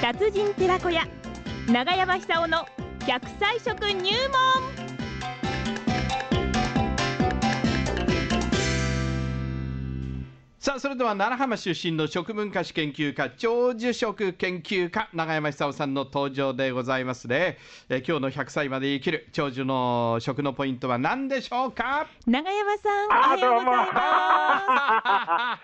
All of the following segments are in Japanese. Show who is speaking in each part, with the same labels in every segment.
Speaker 1: 達人寺子屋長山久夫の100歳食入門
Speaker 2: さあそれでは奈良浜出身の食文化史研究家長寿食研究家永山久夫さんの登場でございますねえー今日の100歳まで生きる長寿の食のポイントは何でしょう か
Speaker 1: 長山さんお
Speaker 3: あ
Speaker 1: はようござい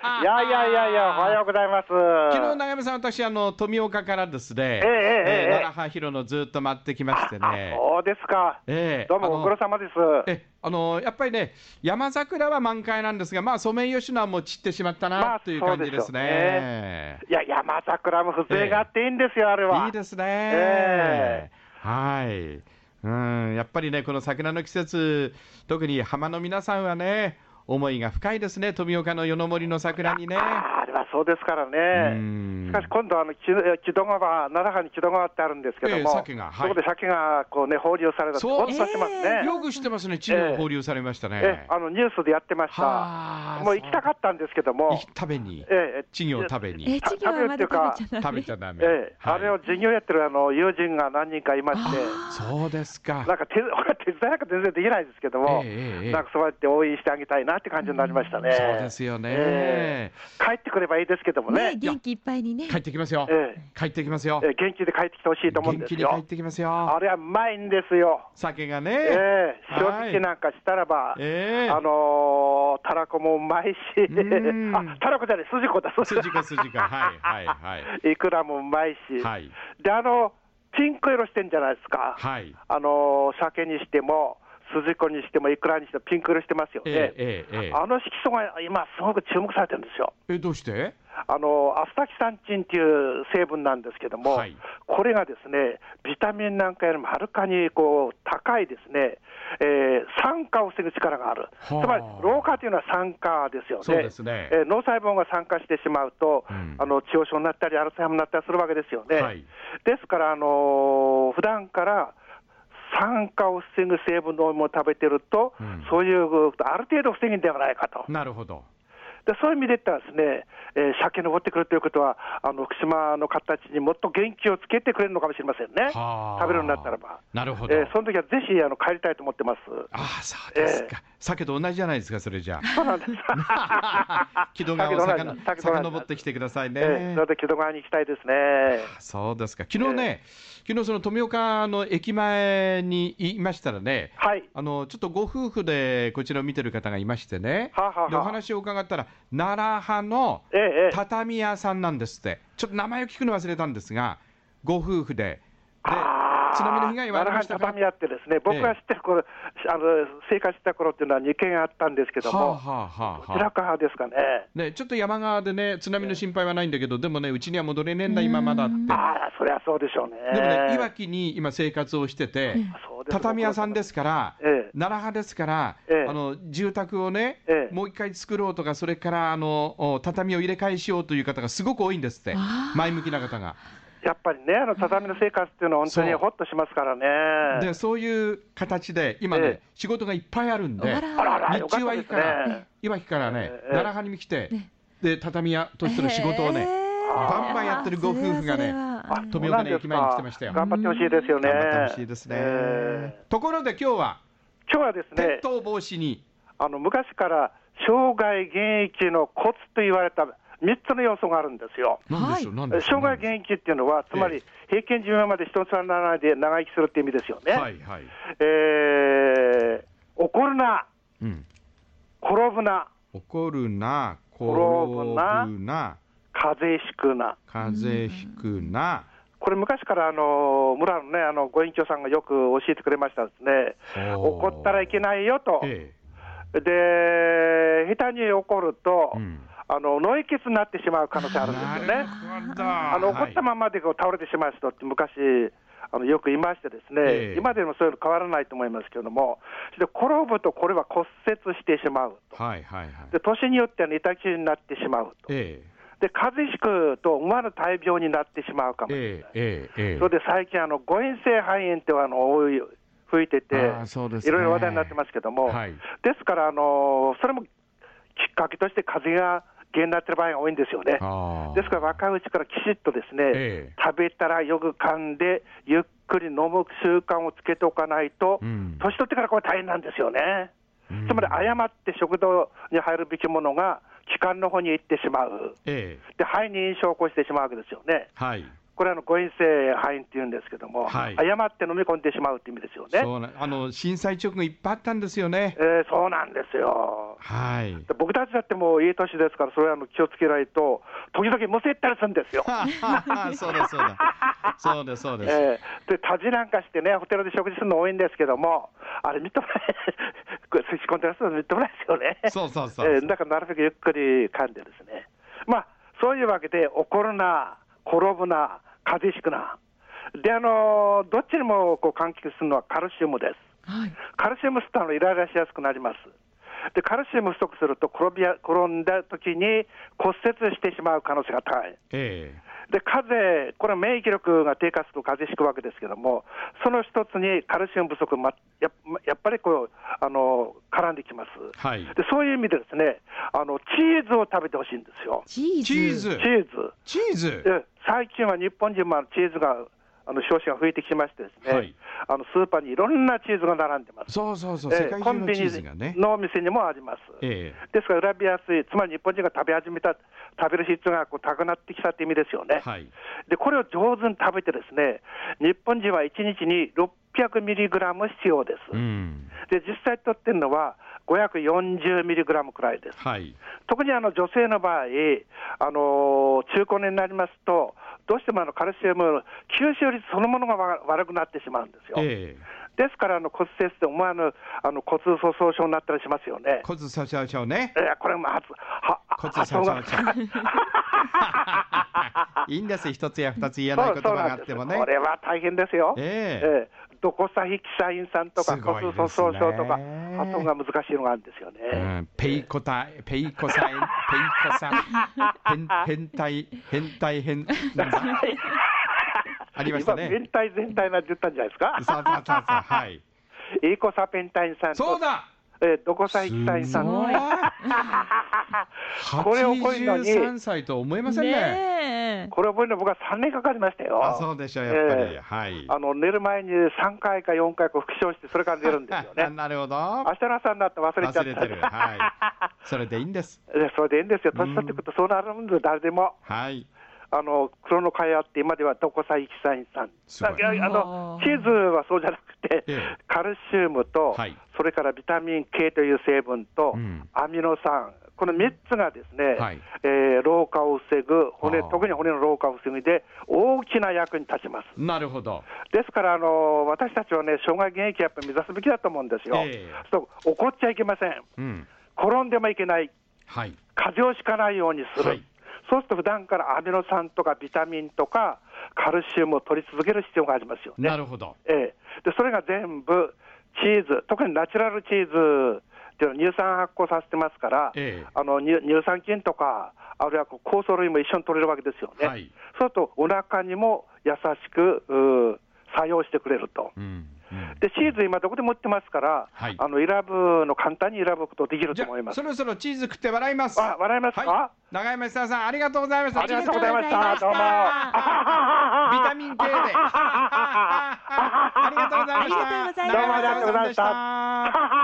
Speaker 1: ま
Speaker 3: いやいやいやいや、おはようございます。
Speaker 2: 昨日長山さん私あの富岡からですね、
Speaker 3: ええええええ
Speaker 2: 奈良浜広野ずっと待ってきましてね
Speaker 3: そうですか。
Speaker 2: ええ
Speaker 3: どうも
Speaker 2: あの
Speaker 3: ご苦労様です。
Speaker 2: えあのやっぱりね、山桜は満開なんですが、まあ、ソメイヨシノはもう散ってしまった
Speaker 3: ま
Speaker 2: な
Speaker 3: あ
Speaker 2: という感じですね。
Speaker 3: いや、山桜も風情があっていいんですよ、あれは。
Speaker 2: いいですね。
Speaker 3: え
Speaker 2: はいうん、やっぱりね、この桜の季節、特に浜の皆さんはね、思いが深いですね、富岡の夜の森の桜にね。
Speaker 3: ああれはそうですから
Speaker 2: うん
Speaker 3: ね。しかし今度あの、木木戸川、奈良藩に木戸川ってあるんですけども、
Speaker 2: ええ鮭がはい
Speaker 3: そこで鮭がこうね、放流されたって、
Speaker 2: そう
Speaker 3: ほっとしてますね。
Speaker 2: よく知ってますね、地方放流されましたね。
Speaker 3: ええあのニュースでやってました。
Speaker 2: はあ
Speaker 3: もう行きたかったんですけど
Speaker 2: そう
Speaker 3: も
Speaker 2: 行き、食べに、
Speaker 3: ええ
Speaker 2: 稚魚を食べ
Speaker 1: す え
Speaker 2: に、
Speaker 1: 授業はまだ食べちゃダ
Speaker 2: 食べ
Speaker 1: メ
Speaker 2: ちゃダメ。
Speaker 3: ええ
Speaker 2: はい
Speaker 3: あれを授業やってるあの友人が何人かいまして、
Speaker 2: そうですか。
Speaker 3: なんか手 俺は手伝いなんか全然できないですけども、
Speaker 2: ええええ
Speaker 3: なんかそうやって応援してあげたいなって感じになりましたね。
Speaker 2: そうですよね
Speaker 3: ええ帰ってくればいいですけども
Speaker 1: ね
Speaker 3: ね、
Speaker 1: 元気いっぱいにね
Speaker 2: 帰ってきますよ。
Speaker 3: え
Speaker 2: 帰ってきますよ
Speaker 3: え。ええ元気で帰ってきてほしいと思うん
Speaker 2: 元
Speaker 3: です
Speaker 2: 気に帰っ
Speaker 3: よ。
Speaker 2: てきます
Speaker 3: あ
Speaker 2: よ。
Speaker 3: れはうまいんですよ。
Speaker 2: 酒がね。
Speaker 3: ええ
Speaker 2: はい
Speaker 3: 正直なんかしたらば、
Speaker 2: ええ
Speaker 3: あのーたらこもうまいし、
Speaker 2: うん
Speaker 3: あたらこじゃない、すじこだ、す
Speaker 2: 筋か筋か。はいはいはい。
Speaker 3: いくらもうまいし、
Speaker 2: はい
Speaker 3: で、あの、ピンク色してんじゃないですか。
Speaker 2: はい。
Speaker 3: あのー鮭にしても、筋子にしても、いくらにしても、ピンク色してますよ
Speaker 2: え
Speaker 3: ね。
Speaker 2: えええええ
Speaker 3: あの色素が今、すごく注目されてるんですよ。
Speaker 2: えどうして？
Speaker 3: あのアスタキサンチンっていう成分なんですけども、
Speaker 2: はい
Speaker 3: これがですね、ビタミンなんかよりもはるかにこう高いですね、えー酸化を防ぐ力がある、つ
Speaker 2: はあ
Speaker 3: まり老化というのは酸化ですよね、
Speaker 2: そうですね
Speaker 3: えー脳細胞が酸化してしまうと、
Speaker 2: うん
Speaker 3: あの致病症になったり、アルツハイマーになったりするわけですよね。
Speaker 2: はい
Speaker 3: ですから、あのー普段から酸化を防ぐ成分のものを食べてると、
Speaker 2: うん
Speaker 3: そういうことある程度防ぐんではないかと。
Speaker 2: なるほど。
Speaker 3: でそういう意味で言ったらですね、えー、鮭登ってくるということは、あの福島の形にもっと元気をつけてくれるのかもしれませんね、
Speaker 2: はあ
Speaker 3: 食べるようになったらば。
Speaker 2: なるほど
Speaker 3: えーその時はぜひあの帰りたいと思ってます。
Speaker 2: ああそうですか。酒と同じじゃないですかそれじゃあ。
Speaker 3: そうなんです。
Speaker 2: 木戸川をさかの
Speaker 3: 酒と同じ
Speaker 2: 遡ってきてくださいね。
Speaker 3: えー、それで木戸川に行きたいですね。
Speaker 2: そうですか。昨日ね、昨日その富岡の駅前にいましたらね、
Speaker 3: はい
Speaker 2: あのちょっとご夫婦でこちらを見てる方がいましてね、
Speaker 3: はあはあはあ
Speaker 2: でお話を伺ったら奈良派の
Speaker 3: ええええ
Speaker 2: 畳屋さんなんですって。ちょっと名前を聞くの忘れたんですが、ご夫婦で。で
Speaker 3: あー
Speaker 2: 津波の被害はありました
Speaker 3: 奈良藩
Speaker 2: か
Speaker 3: 畳屋ってですね、僕が知ってる頃、あの生活してた頃っていうのは2件あったんですけど
Speaker 2: はあ、
Speaker 3: も、
Speaker 2: はあはあ
Speaker 3: 白
Speaker 2: はあ、
Speaker 3: 川ですかね。
Speaker 2: ね、ちょっと山側でね津波の心配はないんだけどでもねうちには戻れねえんだ今まだって
Speaker 3: ああ、そりゃそうでしょうね。
Speaker 2: でもね、いわきに今、生活をしてて、
Speaker 3: そうです
Speaker 2: 畳屋さんですから、
Speaker 3: ええ
Speaker 2: 奈良派ですから、
Speaker 3: ええ
Speaker 2: あの住宅をね、
Speaker 3: ええ
Speaker 2: もう一回作ろうとか、それからあのお畳を入れ替えしようという方がすごく多いんですって、前向きな方が。
Speaker 3: やっぱりね、あの畳の生活っていうのは、本当に
Speaker 2: そう
Speaker 3: ほっとしますからね。
Speaker 2: で、そういう形で、今ね、
Speaker 3: ええ
Speaker 2: 仕事がいっぱいあるんで、
Speaker 1: あ
Speaker 3: あらあら、よ
Speaker 2: 日
Speaker 3: か
Speaker 2: 中
Speaker 3: った
Speaker 2: はいい
Speaker 3: です
Speaker 2: か
Speaker 3: ね。
Speaker 2: ら、いわきからね、
Speaker 3: ええ
Speaker 2: 奈良派に来て、で畳屋としての仕事をね、バンバンやってるご夫婦がね
Speaker 1: それはそれは
Speaker 3: あ
Speaker 2: 富岡の駅前に来てましたよ
Speaker 3: そうなんですか頑張ってほしいですよね。
Speaker 2: 頑張ってほしいですね。
Speaker 3: え
Speaker 2: ところで今日は、
Speaker 3: ー今日はです
Speaker 2: 鉄
Speaker 3: ね、
Speaker 2: 塔防止に、
Speaker 3: あの昔から生涯現役のコツと言われた三つの要素があるんですよ。
Speaker 2: なんでしょう、
Speaker 1: はい
Speaker 2: なんでしょう。
Speaker 3: 生涯現役っていうのは、つま
Speaker 2: ええ
Speaker 3: り平均寿命まで一つにならないで長生きするって意味ですよね。
Speaker 2: はいはい。
Speaker 3: えー怒るな、
Speaker 2: うん
Speaker 3: 転ぶな、
Speaker 2: 怒るな、転
Speaker 3: ぶな
Speaker 2: ぶな、
Speaker 3: 風邪ひくな。
Speaker 2: 風邪ひくな、
Speaker 3: これ昔からあの村のねあのご隠居さんがよく教えてくれましたですね
Speaker 2: ほう
Speaker 3: 怒ったらいけないよと、
Speaker 2: え
Speaker 3: で下手に怒ると、
Speaker 2: うん
Speaker 3: あの脳溢血になってしまう可能性あ
Speaker 2: え
Speaker 3: るん
Speaker 2: な
Speaker 3: ですよ
Speaker 2: るほ
Speaker 3: ね
Speaker 2: ど。
Speaker 3: あの怒ったままでこう倒れてしまう人って昔あのよくいましてですね、
Speaker 2: ええ
Speaker 3: 今でもそういうの変わらないと思いますけれどもそれで転ぶとこれは骨折してしまうと
Speaker 2: はいはいはい。
Speaker 3: で年によっては寝たきりになってしまうと
Speaker 2: え
Speaker 3: で風邪ひくと思わぬ大病になってしまうかも
Speaker 2: え
Speaker 3: しれな
Speaker 2: えええええ
Speaker 3: い。それで最近あの、誤嚥性肺炎ってあの多い吹いてて、い
Speaker 2: あーそう
Speaker 3: ろ
Speaker 2: で
Speaker 3: い
Speaker 2: すね
Speaker 3: ろ話題になってますけども、
Speaker 2: はい
Speaker 3: ですからあの、それもきっかけとして風邪が減になってる場合が多いんですよね。
Speaker 2: あ
Speaker 3: ですから若いうちからきちっとですね、
Speaker 2: ええ
Speaker 3: 食べたらよく噛んで、ゆっくり飲む習慣をつけておかないと、
Speaker 2: うん
Speaker 3: 年取ってからこれ大変なんですよね。
Speaker 2: うん
Speaker 3: つまり誤って食道に入るべきものが気管の方に行ってしまう。
Speaker 2: ええ
Speaker 3: で、肺に炎症を起こしてしまうわけですよね。
Speaker 2: はい、
Speaker 3: これはあの、誤飲性肺炎っていうんですけども、
Speaker 2: はい
Speaker 3: 誤って飲み込んでしまうって意味ですよね。
Speaker 2: そうなあの震災直後いっぱいあったんですよね。
Speaker 3: えーそうなんですよ。
Speaker 2: はい。
Speaker 3: で僕たちだってもういい年ですから、それはあの気をつけないと、時々むせったりするんですよ。
Speaker 2: そうだそうだ。そうだそう です。
Speaker 3: えーで、タジなんかしてね、ホテルで食事するの多いんですけども、あれ、みっともない、 これ吸い込んでらっしゃるのみっともないですよね。
Speaker 2: そうそうそうそう
Speaker 3: えーだからなるべくゆっくり噛んでですね、まあ、そういうわけで、怒るな、転ぶな、風邪ひくな、で、あのーどっちにもこう換気するのはカルシウムです。
Speaker 1: はい。
Speaker 3: カルシウム吸ったのイライラしやすくなります。で、カルシウム不足すると転びや、転んだ時に骨折してしまう可能性が高い。
Speaker 2: ええ
Speaker 3: で、風邪、これは免疫力が低下すると風邪ひくわけですけども、その一つにカルシウム不足、ま、ややっぱりこう、あの、絡んできます。
Speaker 2: はい
Speaker 3: で、そういう意味でですね、あの、チーズを食べてほしいんですよ。
Speaker 1: チーズ。
Speaker 2: チーズ
Speaker 3: チ。ーズ。
Speaker 2: チーズ。
Speaker 3: で最近は日本人もあのチーズが、あの消費が増えてきましてですね、
Speaker 2: はい
Speaker 3: あのスーパーにいろんなチーズが並んでます。
Speaker 2: そうそうそう。
Speaker 3: ええ
Speaker 2: 世界中のチーズがね
Speaker 3: コンビニ。のお店にもあります。
Speaker 2: え
Speaker 3: ですから、選びやすい、つまり日本人が食べ始めた、食べる必要がこう高くなってきたって意味ですよ
Speaker 2: え
Speaker 3: ね。
Speaker 2: はい。
Speaker 3: で、これを上手に食べてですね、日本人は1日に600ミリグラム必要です。
Speaker 2: うん。
Speaker 3: で、実際取ってるのは540ミリグラムくらいです。
Speaker 2: はい。
Speaker 3: 特にあの女性の場合、あのー中高年になりますと、どうしてもあのカルシウムの吸収率そのものがわ悪くなってしまうんですよ。
Speaker 2: ええ
Speaker 3: ですからあの骨折で思わぬあの骨粗鬆症になったりしますよね。
Speaker 2: 骨さちゃうちゃうね。
Speaker 3: えーこれも発は
Speaker 2: 骨粗
Speaker 3: 発音
Speaker 2: しょ
Speaker 3: が
Speaker 2: う症 いいんです。一つや二つ言えない言葉があってもね
Speaker 3: そうそうなんです。これは大変ですよ。
Speaker 2: ええ
Speaker 3: えードコサヒキサイン酸とか
Speaker 2: すごい
Speaker 3: 骨
Speaker 2: ですね
Speaker 3: 粗鬆症とか発音が難しいのがあるんですよね。
Speaker 2: うん、ペイコタ、ペイコサイン、ペイコサイン、変変態、変態変、なんだ。ありました
Speaker 3: 今、
Speaker 2: ね
Speaker 3: 全。体全体なって言ったんじゃないですか。
Speaker 2: さあさあさあさあ、はい。
Speaker 3: エイコサペンタイン酸と
Speaker 2: そうだ。
Speaker 3: えー、どこさ行きたいさん
Speaker 1: すごい
Speaker 3: これを超えるのに
Speaker 2: 83歳と思えませんね。
Speaker 1: ねえ。
Speaker 3: これ覚えるの僕は3年かかりましたよ。
Speaker 2: あ、そうでしょう、やっぱり。
Speaker 3: えー
Speaker 2: はい。
Speaker 3: あの寝る前に3回か4回こう復唱して、それから寝るんですよね。
Speaker 2: なるほど。
Speaker 3: 明日の朝になって忘れちゃ
Speaker 2: 忘
Speaker 3: っ
Speaker 2: れ
Speaker 3: た
Speaker 2: てる。はい。それでいいんです。
Speaker 3: でそれ でいいんですよ、年取ってくるとそうなるんです、誰でも、
Speaker 2: はい。
Speaker 3: あの黒の会あって、今ではどこさ行きさんさん、
Speaker 2: すごい
Speaker 3: だからあ
Speaker 1: あ
Speaker 3: の
Speaker 1: ー
Speaker 3: チーズはそうじゃなくて、
Speaker 2: ええ
Speaker 3: カルシウムと、
Speaker 2: はい
Speaker 3: それからビタミン K という成分と、
Speaker 2: うん
Speaker 3: アミノ酸、この3つがですね、
Speaker 2: はい
Speaker 3: えー老化を防ぐ骨
Speaker 2: あ、ー
Speaker 3: 特に骨の老化を防ぐで、大きな役に立ちます。
Speaker 2: なるほど。
Speaker 3: ですから、あの私たちはね、障害現役やっぱり目指すべきだと思うんですよ。
Speaker 2: ええ
Speaker 3: そう怒っちゃいけません、
Speaker 2: うん。
Speaker 3: 転んでもいけない、
Speaker 2: はい。
Speaker 3: 風邪をひかないようにする、
Speaker 2: はい
Speaker 3: そうすると普段からアミノ酸とかビタミンとかカルシウムを取り続ける必要がありますよね。
Speaker 2: なるほど。
Speaker 3: ええ、でそれが全部チーズ、特にナチュラルチーズっていうのは乳酸発酵させてますから、
Speaker 2: ええ
Speaker 3: あの乳乳酸菌とか、あるいはこう酵素類も一緒に取れるわけですよね。
Speaker 2: はい
Speaker 3: そうすると、お腹にも優しくうー作用してくれると。
Speaker 2: うん。うん
Speaker 3: でチーズ、今、どこでも売ってますから、
Speaker 2: はい
Speaker 3: あの選ぶの簡単に選ぶことできる
Speaker 2: じ
Speaker 3: と
Speaker 2: ゃ
Speaker 3: 思いま
Speaker 2: あ、
Speaker 3: す
Speaker 2: そ。ろそろチーズ食って笑います。
Speaker 3: あ笑いますか
Speaker 2: はい、長山久夫さん、ありがとうございました。
Speaker 3: ありがとうございまし
Speaker 1: あ
Speaker 3: た。
Speaker 1: りがとうご
Speaker 3: どうも。
Speaker 1: ざいました
Speaker 2: ビタミン K で。 ありがとうございました。
Speaker 1: ありがとうございました
Speaker 2: 長山久夫さんでした。